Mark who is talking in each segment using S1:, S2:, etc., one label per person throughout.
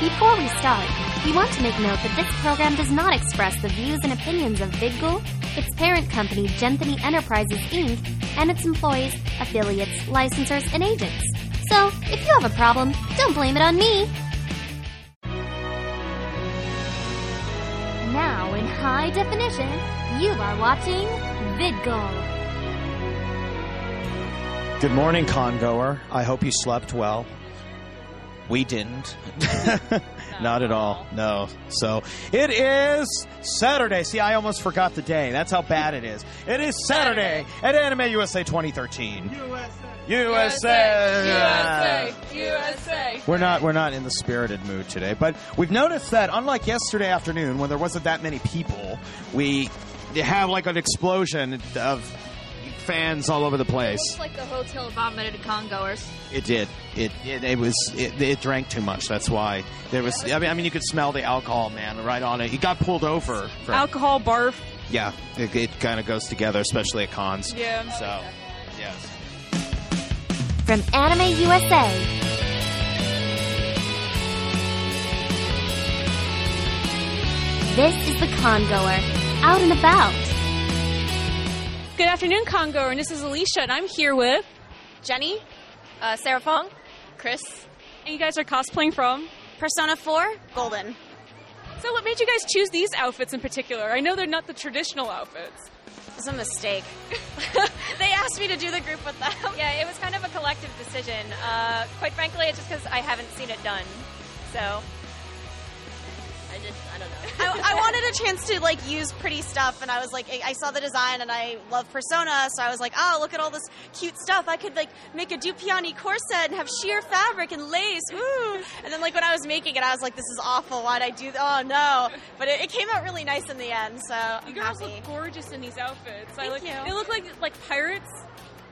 S1: Before we start, we want to make note that this program does not express the views and opinions of VidGul, its parent company, Genthany Enterprises Inc., and its employees, affiliates, licensors, and agents. So, if you have a problem, don't blame it on me! Now, in high definition, you are watching VidGul.
S2: Good morning, congoer. I hope you slept well. We didn't. Not at all. No. So it is Saturday. See, I almost forgot the day. That's how bad it is. It is Saturday at Anime USA 2013. USA.
S3: USA, USA.
S2: We're not we're not in the spirited mood today, but we've noticed that unlike yesterday afternoon when there wasn't that many people, we have like an explosion of fans all over the place.
S3: It's like the hotel vomited congoers.
S2: It did. It it, it was it, it drank too much. That's why there was. I mean, I mean, you could smell the alcohol, man, right on it. He got pulled over. for-
S4: alcohol barf.
S2: yeah, it, it kind of goes together, especially at cons.
S4: Yeah.
S2: So, yes.
S1: from Anime USA. This is the congoer, out and about.
S4: Good afternoon, Congo, and this is Alicia, and I'm here with,
S5: Jenny, uh, Sarah Fong, Chris,
S4: and you guys are cosplaying from.
S5: Persona 4, Golden.
S4: So, what made you guys choose these outfits in particular? I know they're not the traditional outfits.
S5: It was a mistake. they asked me to do the group with them. Yeah, it was kind of a collective decision. Uh, quite frankly, it's just because I haven't seen it done. So. I just, I don't know.
S6: I, I wanted a chance to like use pretty stuff, and I was like, I I saw the design, and I love Persona, so I was like, oh, look at all this cute stuff. I could like make a Dupioni corset and have sheer fabric and lace, ooh. And then like when I was making it, I was like, this is awful. Why'd I do? Th- oh no! But it, it came out really nice in the end, so I'm
S4: You girls
S6: happy.
S4: look gorgeous in these outfits. I
S6: Thank
S4: look,
S6: you.
S4: They look like like pirates.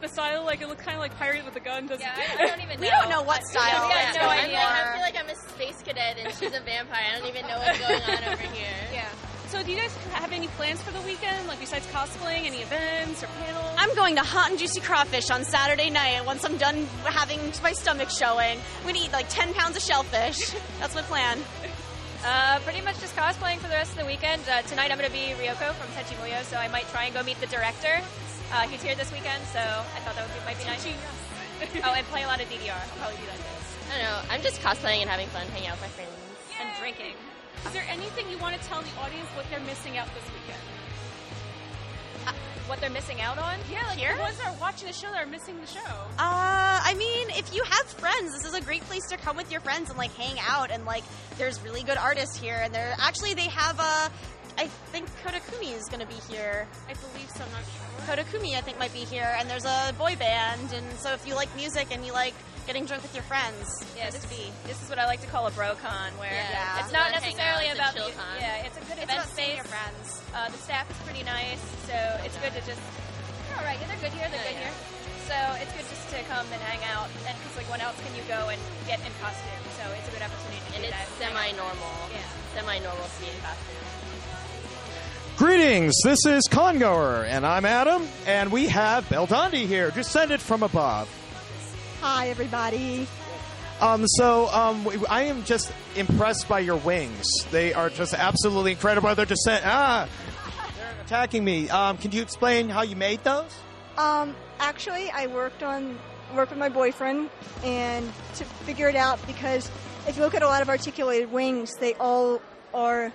S4: The style, like it looks kind of like pirate with a gun. Doesn't
S7: Yeah,
S4: it?
S7: I, I don't even know.
S6: we don't know what style.
S7: Yeah,
S6: it's
S7: no,
S6: going
S7: I'm like, I
S6: for.
S7: feel like I'm a space cadet and she's a vampire. I don't even know what's going on over here.
S4: yeah. So, do you guys have any plans for the weekend? Like besides cosplaying, any events or panels?
S6: I'm going to Hot and Juicy Crawfish on Saturday night once I'm done having my stomach showing. I'm going to eat like 10 pounds of shellfish. That's my plan.
S5: Uh, pretty much just cosplaying for the rest of the weekend. Uh, tonight I'm going to be Ryoko from Tenchi Muyo, so I might try and go meet the director. Uh, he's here this weekend, so I thought that would be, might be nice. oh, and play a lot of DDR. I'll probably do that too.
S7: I don't know. I'm just cosplaying and having fun, hanging out with my friends.
S5: And drinking.
S4: Is there anything you want to tell the audience what they're missing out this weekend?
S5: What they're missing out on?
S4: Yeah, like
S5: Here?
S4: the ones that are watching the show that are missing the show.
S6: Uh, I mean, if you have friends, this is a great place to come with your friends and like hang out. And like, there's really good artists here. And they're actually, they have Uh, I think Kodakumi is going to be here.
S4: I believe so, I'm not sure.
S6: Kodakumi, I think, might be here. And there's a boy band. And so if you like music and you like getting drunk with your friends,
S5: Yeah, this,
S6: it's to be.
S5: this is what I like to call a bro con, where
S6: Yeah.
S5: it's not
S7: Let hang
S5: necessarily
S7: out, it's a
S5: about
S7: chill
S5: the,
S7: con.
S5: yeah, it's a good
S6: It's
S5: event
S6: about seeing
S5: space.
S6: your friends.
S5: Uh, the staff is pretty nice, so it's good to just. They're all right. Yeah, they're good here. They're
S7: Yeah,
S5: good
S7: yeah.
S5: here. So it's good just to come and hang out, and because like when else can you go and get in costume? So it's a good opportunity. To
S7: And
S5: do that.
S7: it's semi-normal.
S5: Yeah.
S7: Semi-normal to be in costume.
S2: Greetings. This is Congoer, and I'm Adam, and we have Beldandi here, descended from above.
S6: Hi, everybody.
S2: Um, so um, w- I am just impressed by your wings. They are just absolutely incredible. Their descent. Ah, they're attacking me. Um, can you explain how you made those?
S8: Um, actually, I worked on worked with my boyfriend and to figure it out because if you look at a lot of articulated wings, they all are.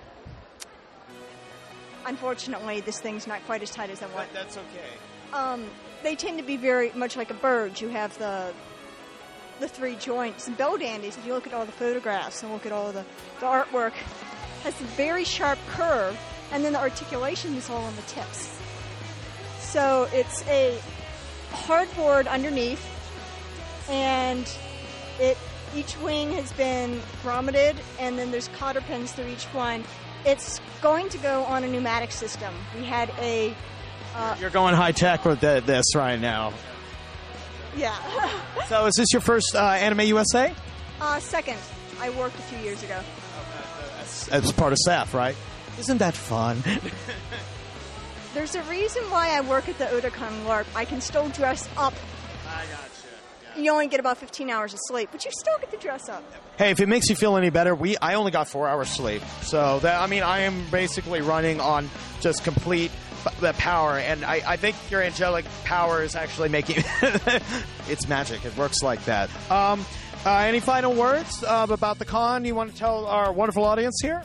S8: Unfortunately, this thing's not quite as tight as I want.
S2: that's okay.
S8: Um, they tend to be very much like a bird. You have the the three joints. And bell dandies, if you look at all the photographs and look at all the, the artwork, has a very sharp curve, and then the articulation is all on the tips. So it's a hardboard underneath, and it each wing has been grommeted, and then there's cotter pins through each one. It's going to go on a pneumatic system. We had a uh,
S2: You're going high tech with th- this right now.
S8: yeah.
S2: So is this your first uh, Anime USA?
S8: Uh, second, I worked a few years ago.
S2: As, as part of staff, right? Isn't that fun?
S8: There's a reason why I work at the Otakon LARP. I can still dress up.
S2: I gotcha.
S8: you only get about 15 hours of sleep, but you still get to dress up.
S2: Hey, if it makes you feel any better, we I only got four hours sleep, so that I mean I am basically running on just complete p- the power, and I, I think your angelic power is actually making it's magic. It works like that. Um, uh, any final words uh, about the con you want to tell our wonderful audience here?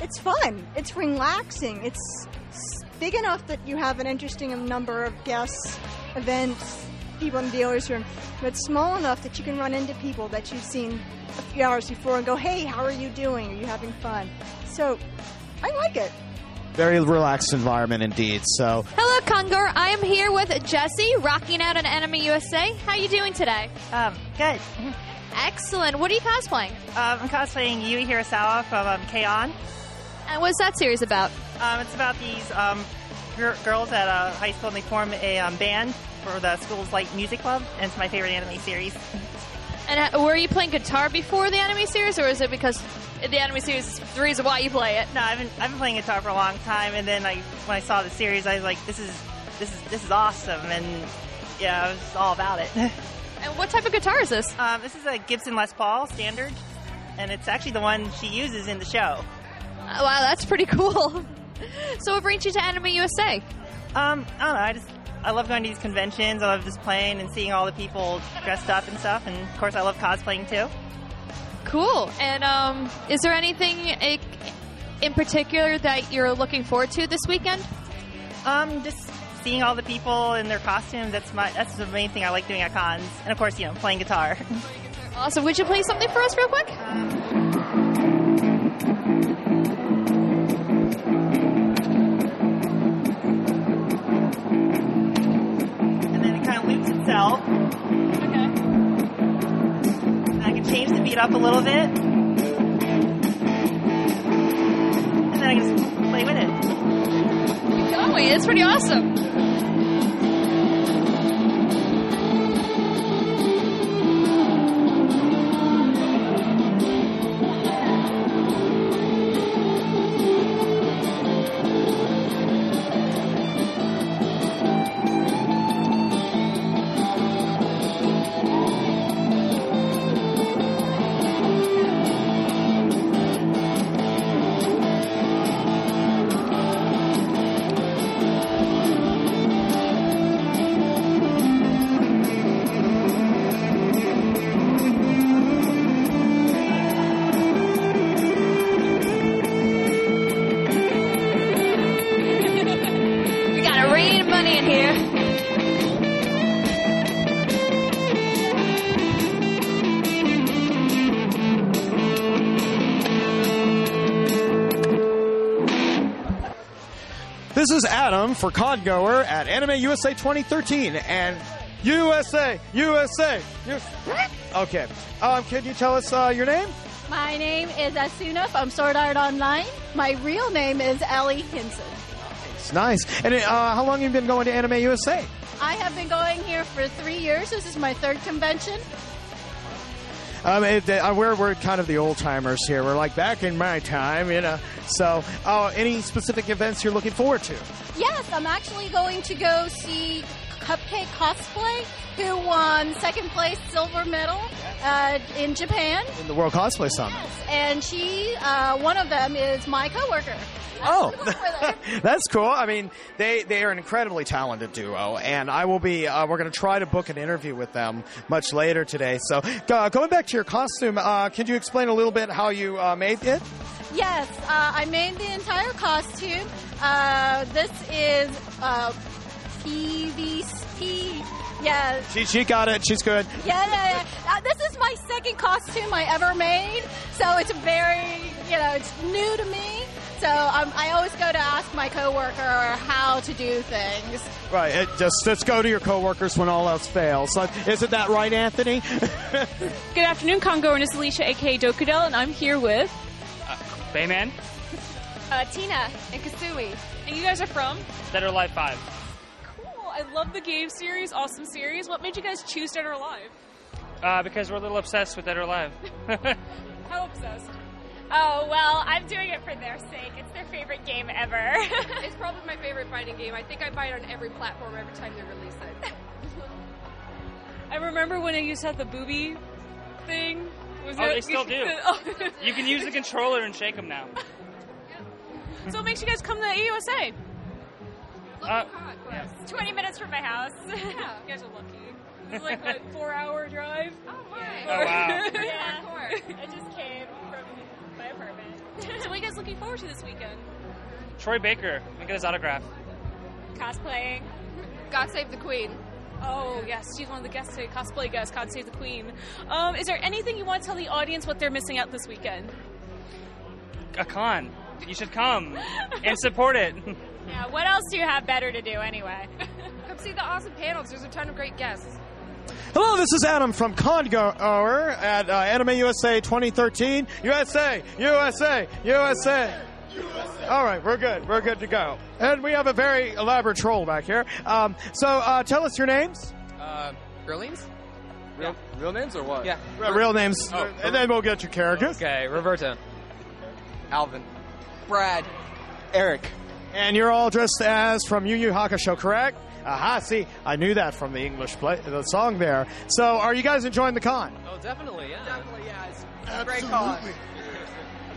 S8: It's fun. It's relaxing. It's s- big enough that you have an interesting number of guests, events, people in the dealer's room, but small enough that you can run into people that you've seen a few hours before and go, hey, how are you doing? Are you having fun? So I like it.
S2: Very relaxed environment indeed. So
S9: Hello, Kungor. I am here with Jesse, rocking out on Anime USA. How you doing today?
S10: Um, good.
S9: Excellent. What are you cosplaying?
S10: Um, I'm cosplaying Yui Hirasawa from um, K-On!
S9: And what's that series about?
S10: Um, it's about these um, gir- girls at a high school and they form a um, band for the school's light music club, and it's my favorite anime series.
S9: And uh, were you playing guitar before the anime series, or is it because the anime series is the reason why you play it?
S10: No, I've been I've been playing guitar for a long time, and then I when I saw the series, I was like, this is this is this is awesome, and yeah, I was all about it.
S9: And what type of guitar is this?
S10: um, this is a Gibson Les Paul standard, and it's actually the one she uses in the show.
S9: Uh, wow, that's pretty cool. so what brings you to Anime USA?
S10: Um, I don't know. I just I love going to these conventions. I love just playing and seeing all the people dressed up and stuff. And of course, I love cosplaying too.
S9: Cool. And um, is there anything i- in particular that you're looking forward to this weekend?
S10: Um, just seeing all the people in their costumes. That's my that's the main thing I like doing at cons. And of course, you know, playing guitar.
S9: Awesome. Would you play something for us real quick?
S10: and then it kind of loops itself.
S9: Okay.
S10: And I can change the beat up a little bit, and then I can just play with it.
S9: Keep going. It's pretty awesome. We gotta rain money in here.
S2: This is Adam for Congoer at Anime USA 2013 and USA, USA. U- okay. Um, can you tell us uh, your name?
S11: My name is Asuna from Sword Art Online. My real name is Ellie Hinson.
S2: It's nice. And uh, how long have you been going to Anime USA?
S11: I have been going here for three years. This is my third convention.
S2: Um, it, uh, we're, we're kind of the old timers here. We're like back in my time, you know. So, uh, any specific events you're looking forward to?
S11: Yes, I'm actually going to go see Cupcake Cosplay, who won second place silver medal uh, in Japan.
S2: In the World Cosplay Summit.
S11: And she, uh, one of them, is my coworker.
S2: Oh, that's cool. I mean, they they are an incredibly talented duo, and I will be. Uh, we're going to try to book an interview with them much later today. So, uh, going back to your costume, uh, could you explain a little bit how you uh, made it?
S11: Yes, uh, I made the entire costume. Uh, this is uh, PVC. Yeah.
S2: She she got it. She's good.
S11: Yeah, yeah, yeah. Uh, this is my second costume I ever made, so it's very, you know, it's new to me. So um, I always go to ask my coworker how to do things.
S2: Right. It just let's go to your coworkers when all else fails. So, isn't that right, Anthony?
S4: Good afternoon, Congo, and it's Alicia, aka Dokudel, and I'm here with
S12: Bayman,
S4: uh, Tina and Kasui. And you guys are from?
S12: Dead or Alive 5.
S4: Cool. I love the game series, awesome series. What made you guys choose Dead or Alive?
S12: Uh, because we're a little obsessed with Dead or Alive.
S4: How obsessed?
S5: Oh, well, I'm doing it for their sake. It's their favorite game ever.
S13: it's probably my favorite fighting game. I think I buy it on every platform every time they release it.
S4: I remember when I used to have the booby thing. Was
S12: Oh,
S4: that-
S12: they still do. you can use the controller and shake them now.
S4: oh, so it makes you guys come to AUSA.
S12: Uh,
S5: It's 20 minutes from my house. you guys are lucky.
S4: It's like a four-hour drive.
S5: Oh, my.
S4: Oh, wow.
S5: yeah. I just came from my apartment.
S4: so what are you guys looking forward to this weekend?
S12: Troy Baker, let me get his autograph.
S4: Cosplaying.
S13: God save the queen.
S4: Oh yes, she's one of the guests today. Cosplay guest, God save the queen. Um, is there anything you want to tell the audience what they're missing out this weekend?
S12: A con. You should come and support it.
S5: Yeah, what else do you have better to do anyway?
S13: Come see the awesome panels. There's a ton of great guests.
S2: Hello, this is Adam from Congoer at uh, Anime USA 2013. USA, USA, USA. All right, we're good. We're good to go. And we have a very elaborate troll back here. Um, so uh, tell us your names,
S14: Uh, real names? Real, real names or what? Yeah.
S2: uh, real names,
S14: Oh,
S2: and then we'll get your characters.
S14: Okay, Roberto. Alvin. Brad.
S2: Eric. And you're all dressed as from Yu Yu Hakusho, correct? Aha, see, I knew that from the English play, the song there. So are you guys enjoying the con?
S14: Oh, definitely, yeah. Definitely, yeah. It's
S10: great call.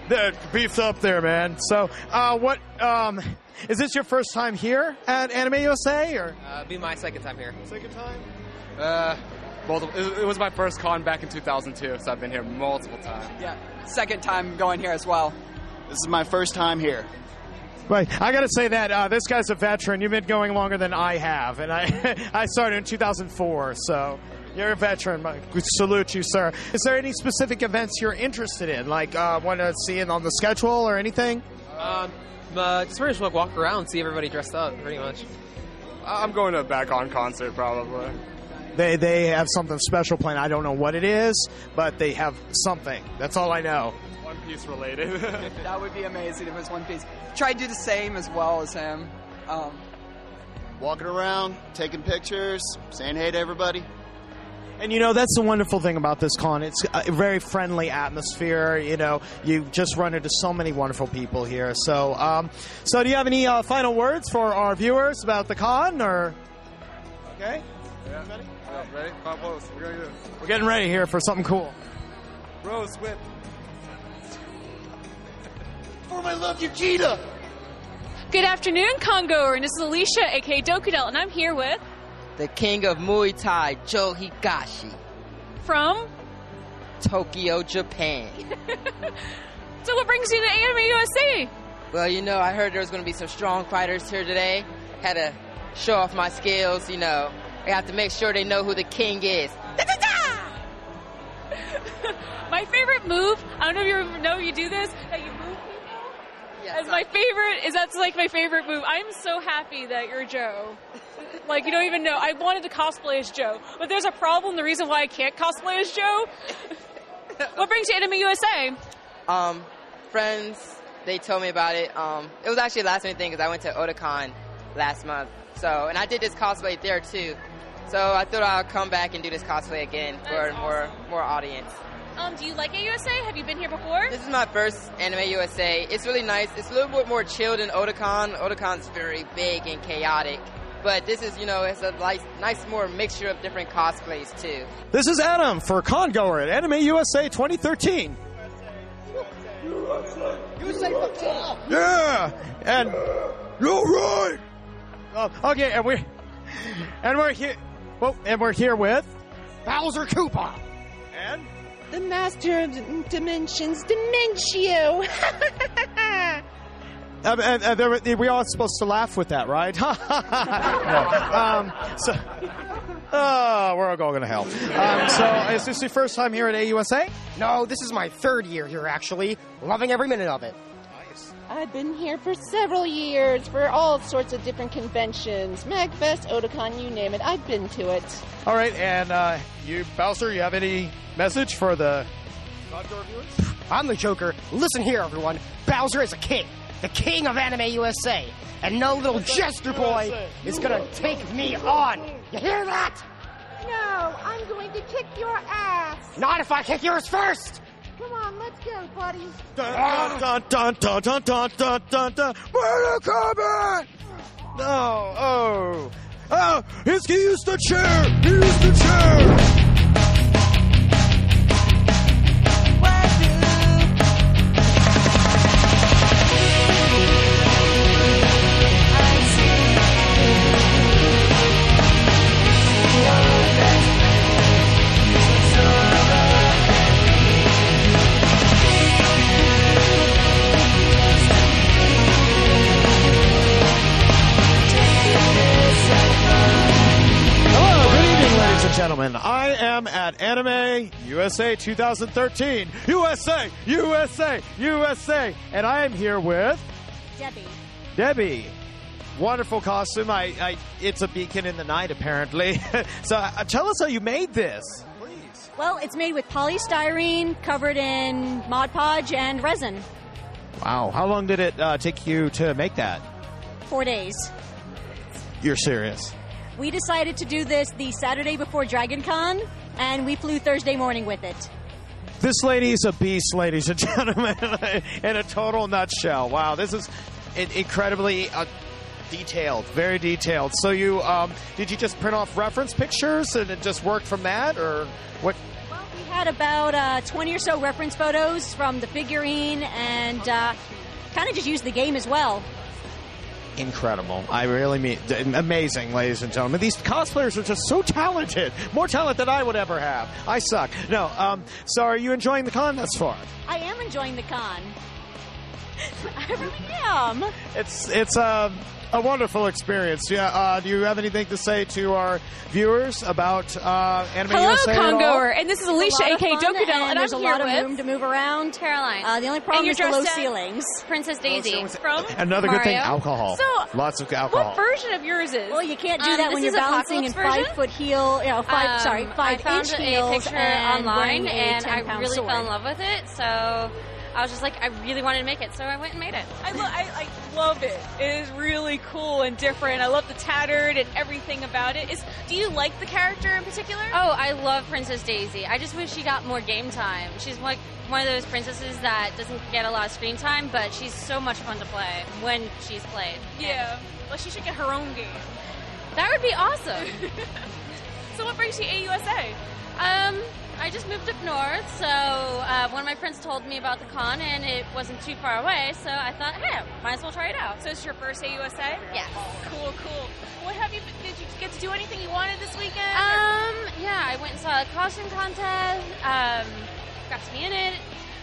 S2: That beef's up there, man. So, uh, what um, is this your first time here at Anime USA, or
S14: Uh, be my second time here.
S2: Second time?
S14: Uh, both. Of, it, it was my first con back in 2002, so I've been here multiple times.
S15: Yeah, second time going here as well. This is my first time here.
S2: right? I got to say that uh, this guy's a veteran. You've been going longer than I have, and I I started in 2004. So, you're a veteran. Mike. We Salute you, sir. Is there any specific events you're interested in, like uh, want to see it on the schedule or anything?
S14: Um, uh, just pretty much walk around, see everybody dressed up, pretty much.
S15: I'm going to a back on concert probably.
S2: They they have something special planned. I don't know what it is, but they have something. That's all I know.
S15: One Piece related. that would be amazing if it was One Piece. Try to do the same as well as him. Um,
S16: Walking around, taking pictures, saying hey to everybody.
S2: And you know that's the wonderful thing about this con. It's a very friendly atmosphere. You know, you just run into so many wonderful people here. So, um, so do you have any uh, final words for our viewers about the con? Or Okay.
S14: Yeah. Ready? ready? Five posts. We're gonna do this.
S2: we're getting ready here for something cool.
S14: Rose whip.
S16: For my love, Yukita!
S4: Good afternoon, Congo, and this is Alicia, aka Dokudel, and I'm here with
S17: The king of Muay Thai, Joe Higashi,
S4: from.
S17: Tokyo, Japan.
S4: So what brings you to Anime USA?
S17: well, you know, I heard there was going to be some strong fighters here today. Had to show off my skills, you know. I have to make sure they know who the king is.
S4: My favorite move. I don't know if you know you do this. That you move people. As my favorite is that's like my favorite move. I'm so happy that you're Joe. Like you don't even know. I wanted to cosplay as Joe, but there's a problem. The reason why I can't cosplay as Joe. what brings you to Anime USA?
S17: Um, friends, they told me about it. Um, it was actually a last minute thing because I went to Otakon last month. So, and I did this cosplay there too. So I thought I'll come back and do this cosplay again for
S4: That's
S17: more more audience.
S4: Um, do you like it USA? Have you been here before?
S17: This is my first Anime USA. It's really nice. It's a little bit more chill than Otakon. Otakon's very big and chaotic. But this is, you know, it's a nice, nice more mixture of different cosplays too.
S2: This is Adam for Congoer at Anime USA 2013.
S17: USA
S2: Yeah, and you're right. Uh, okay, and we're and we're here. Well, and we're here with Bowser Koopa. And
S18: the master of the dimensions, Dimentio.
S2: Uh, and, uh, there, were- we all supposed to laugh with that, right? No. um, so, uh, we're all going to hell. Um, so, is this your first time here at AUSA?
S19: No, this is my third year here, actually. Loving every minute of it.
S18: I've been here for several years for all sorts of different conventions MagFest, Otakon, you name it. I've been to it.
S2: All right, and uh, you, Bowser, you have any message for the
S19: I'm the Joker. Listen here, everyone. Bowser is a king. The king of anime USA. And no little jester boy is gonna take me on. You hear that?
S18: No, I'm going to kick your ass.
S19: Not if I kick yours first!
S18: Come on, let's go, buddy.
S19: Ah!
S2: Dun, dun, dun, dun, dun, dun, dun, dun, dun. Mortal Kombat! No, oh. Oh, he's, he used the chair! He used the chair! Hello, good evening, ladies and gentlemen. I am at Anime USA 2013. USA! USA! USA! And I am here with
S11: Debbie.
S2: Debbie. Wonderful costume. I, I, it's a beacon in the night, apparently. so uh, tell us how you made this.
S11: Well, it's made with polystyrene covered in Mod Podge and resin.
S2: Wow. How long did it uh, take you to make that?
S11: Four days.
S2: You're serious.
S11: We decided to do this the Saturday before Dragon Con, and we flew Thursday morning with it.
S2: This lady's a beast, ladies and gentlemen, in a total nutshell. Wow, this is in- incredibly uh, detailed, very detailed. So you um, did you just print off reference pictures and it just worked from that, or what?
S11: We had about uh, 20 or so reference photos from the figurine and uh, kind of just used the game as well.
S2: Incredible! I really mean d- amazing, ladies and gentlemen. These cosplayers are just so talented, more talent than I would ever have. I suck. No, um, so are you enjoying the con thus far?
S11: I am enjoying the con. I really am.
S2: It's it's a a wonderful experience. Yeah. Uh, do you have anything to say to our viewers about uh, Anime
S4: Hello,
S2: USA at all?
S4: Congoer, and this is
S11: It's a
S4: Alicia,
S11: lot of
S4: aka
S11: fun,
S4: Dokudel, and
S11: there's
S4: I'm
S11: a
S4: here
S11: lot of
S4: with-
S11: room to move around.
S5: Caroline.
S11: Uh, the only
S5: And
S11: problem
S5: you're
S11: is the
S5: dressed
S11: low
S5: up-
S11: ceilings.
S5: Princess Daisy from
S2: Another good thing,
S5: Mario.
S2: alcohol.
S4: So,
S2: Lots of alcohol.
S4: version of yours is?
S11: Well, you can't do
S5: Um,
S11: that
S5: this
S11: when you're
S5: is
S11: balancing in
S5: Apocalypse
S11: five
S5: version?
S11: foot heel, you know, five,
S5: Um,
S11: sorry, five
S5: I found
S11: inch
S5: a
S11: heels
S5: picture
S11: and
S5: online,
S11: wearing a
S5: and I
S11: 10 pound
S5: really
S11: sword.
S5: fell in love with it. So I was just like, I really wanted to make it, so I went and made it.
S4: I, lo- I, I love it. It is really cool and different. I love the tattered and everything about it. Is do you like the character in particular?
S5: Oh, I love Princess Daisy. I just wish she got more game time. She's like one of those princesses that doesn't get a lot of screen time, but she's so much fun to play when she's played.
S4: Yeah. Well, she should get her own game.
S5: That would be awesome.
S4: so what brings you to AUSA?
S5: Um, I just moved up north, so uh, one of my friends told me about the con, and it wasn't too far away, so I thought, hey, might as well try it out.
S4: So it's your first AUSA?
S5: Yeah.
S4: Cool, cool. What have you? Did you get to do anything you wanted this weekend?
S5: Um, yeah, I went and saw a costume contest. Um, got to be in it.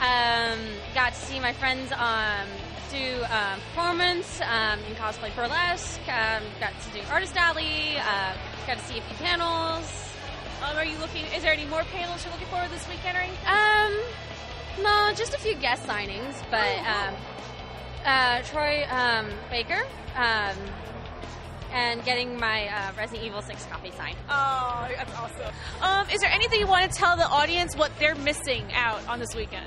S5: Um, got to see my friends um, do um, performance um, in cosplay burlesque. Um, got to do artist alley. Uh, got to see a few panels.
S4: Um, are you looking? Is there any more panels you're looking for this weekend or anything?
S5: Um, no, just a few guest signings,
S4: Oh,
S5: but um, uh, Troy um, Baker. Um, and getting my uh, Resident Evil 6 copy signed.
S4: Oh, that's awesome. Um, is there anything you want to tell the audience what they're missing out on this weekend?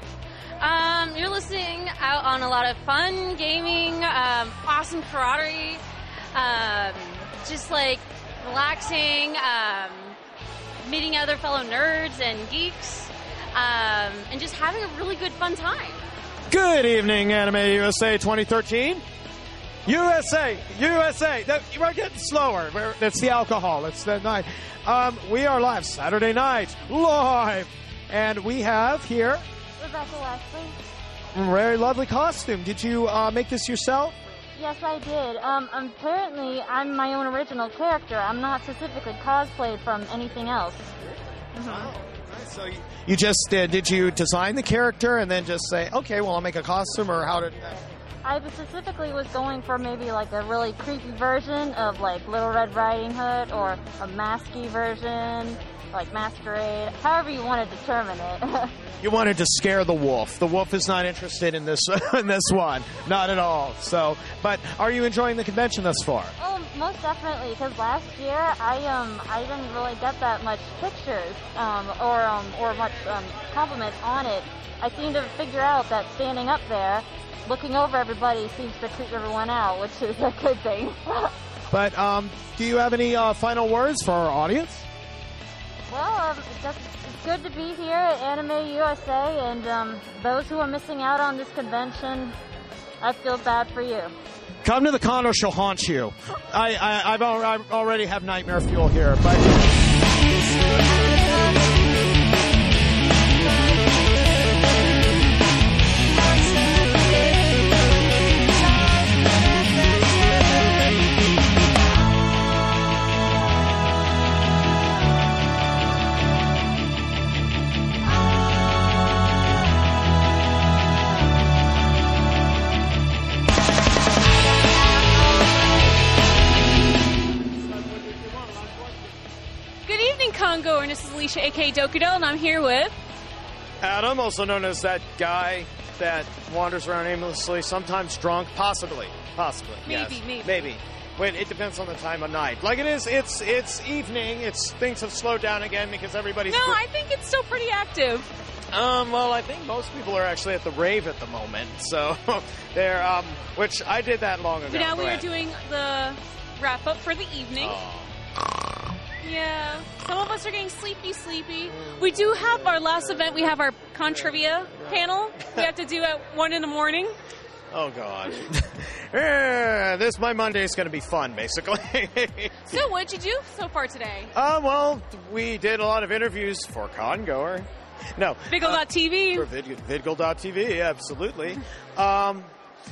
S5: Um, you're listening out on a lot of fun gaming, um, awesome camaraderie, um, just like relaxing, um, meeting other fellow nerds and geeks, um, and just having a really good fun time.
S2: Good evening, Anime USA 2013. USA, USA. That- we're getting slower. We're, that's the alcohol. It's the night. Um, we are live Saturday night, live, and we have here
S20: Rebecca Leslie.
S2: a very lovely costume. Did you uh, make this yourself?
S20: Yes, I did. Um, apparently, I'm my own original character. I'm not specifically cosplayed from anything else.
S2: So You just uh, did you design the character and then just say, okay, well, I'll make a costume, or how did?
S20: I specifically was going for maybe like a really creepy version of like Little Red Riding Hood or a masky version, like Masquerade, however you want to determine it.
S2: You wanted to scare the wolf. The wolf is not interested in this in this one, not at all. So, but are you enjoying the convention thus far?
S20: Oh, most definitely. Because last year, I um, I didn't really get that much pictures, um, or um, or much um, compliments on it. I seem to figure out that standing up there, looking over everybody, seems to creep everyone out, which is a good thing.
S2: But um, do you have any uh, final words for our audience?
S20: Well, um, that's, it's good to be here at Anime USA, and um, those who are missing out on this convention, I feel bad for you.
S14: Come to the con or she'll haunt you. I, I, I've al- I already have nightmare fuel here, but.
S4: Good evening, Congo, and this is Alicia, aka Dokudel, and I'm here with.
S2: Adam, also known as that guy that wanders around aimlessly, sometimes drunk, possibly, possibly,
S4: Maybe,
S2: yes.
S4: maybe.
S2: maybe. When it depends on the time of night. Like it is, it's it's evening. It's things have slowed down again because everybody's.
S4: No, I think it's still pretty active.
S2: Um, well, I think most people are actually at the rave at the moment, so they're um, which I did that long ago.
S4: But now
S2: Go
S4: we are
S2: ahead. Oh,
S4: doing the wrap up for the evening. Yeah, some of us are getting sleepy, sleepy. We do have our last event. We have our con trivia panel. We have to do at one in the morning.
S2: Oh God, Eh, this my Monday is going to be fun, basically.
S4: So, what'd you do so far today?
S2: Uh, well, we did a lot of interviews for Congoer. No. uh,
S4: Viggle.tv.
S2: for Vid- Vidgle.tv, absolutely. um,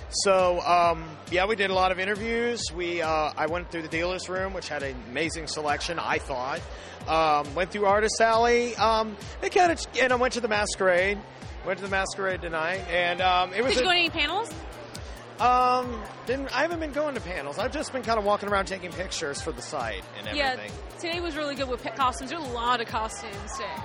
S2: so, um, yeah, we did a lot of interviews. We uh, I went through the dealer's room, which had an amazing selection, I thought. Um, went through Artist Alley. Um, it kind of, and I went to the Masquerade. Went to the Masquerade tonight, and um, it was.
S4: Did you
S2: a-
S4: go to any panels?
S2: um, didn't, I haven't been going to panels. I've just been kind of walking around taking pictures for the site and everything.
S4: Yeah, today was really good with pet costumes. There were a lot of costumes today.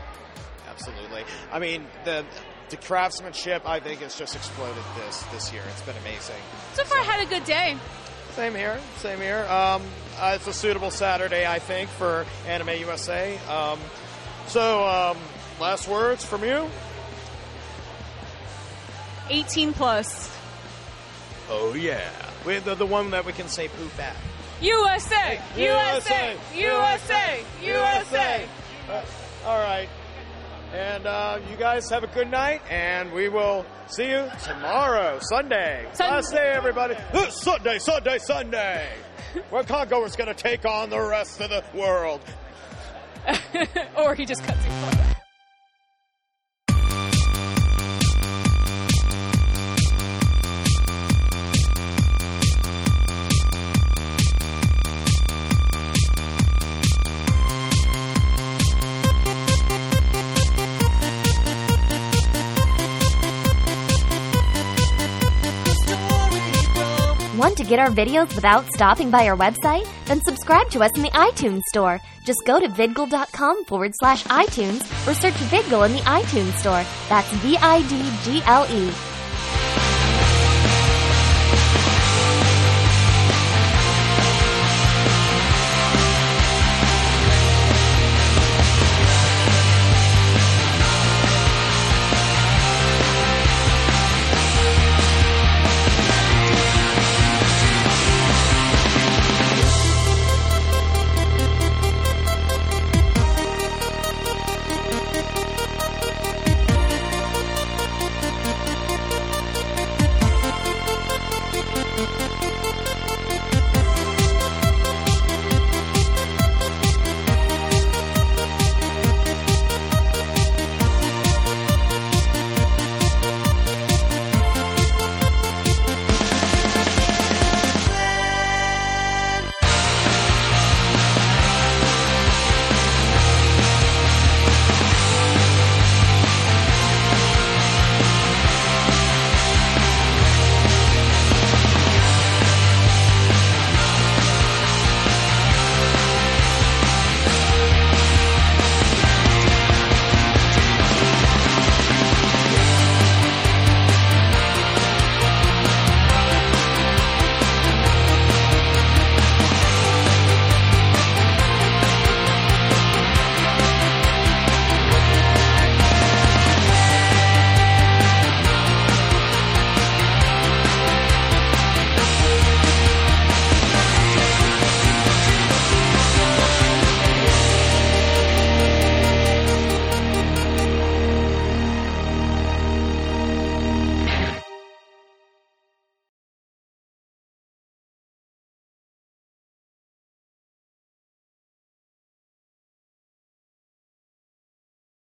S2: Absolutely. I mean, the the craftsmanship I think has just exploded this this year. It's been amazing.
S4: So far, I had a good day.
S2: Same here. Same here. Um, uh, it's a suitable Saturday, I think, for Anime USA. Um, so, um, last words from you.
S4: 18 plus.
S2: Oh yeah, with the, the one that we can say poop at.
S4: USA! USA! USA! USA!
S2: Uh, all right. And uh, you guys have a good night, and we will see you tomorrow, Sunday. Last day, everybody. Uh, Sunday, Sunday, Sunday. Where Congo is going to take on the rest of the world.
S4: or he just cuts it.
S1: Want to get our videos without stopping by our website? Then subscribe to us in the iTunes store. Just go to vidgle.com forward slash iTunes or search Vidgle in the iTunes store. That's V I D G L E.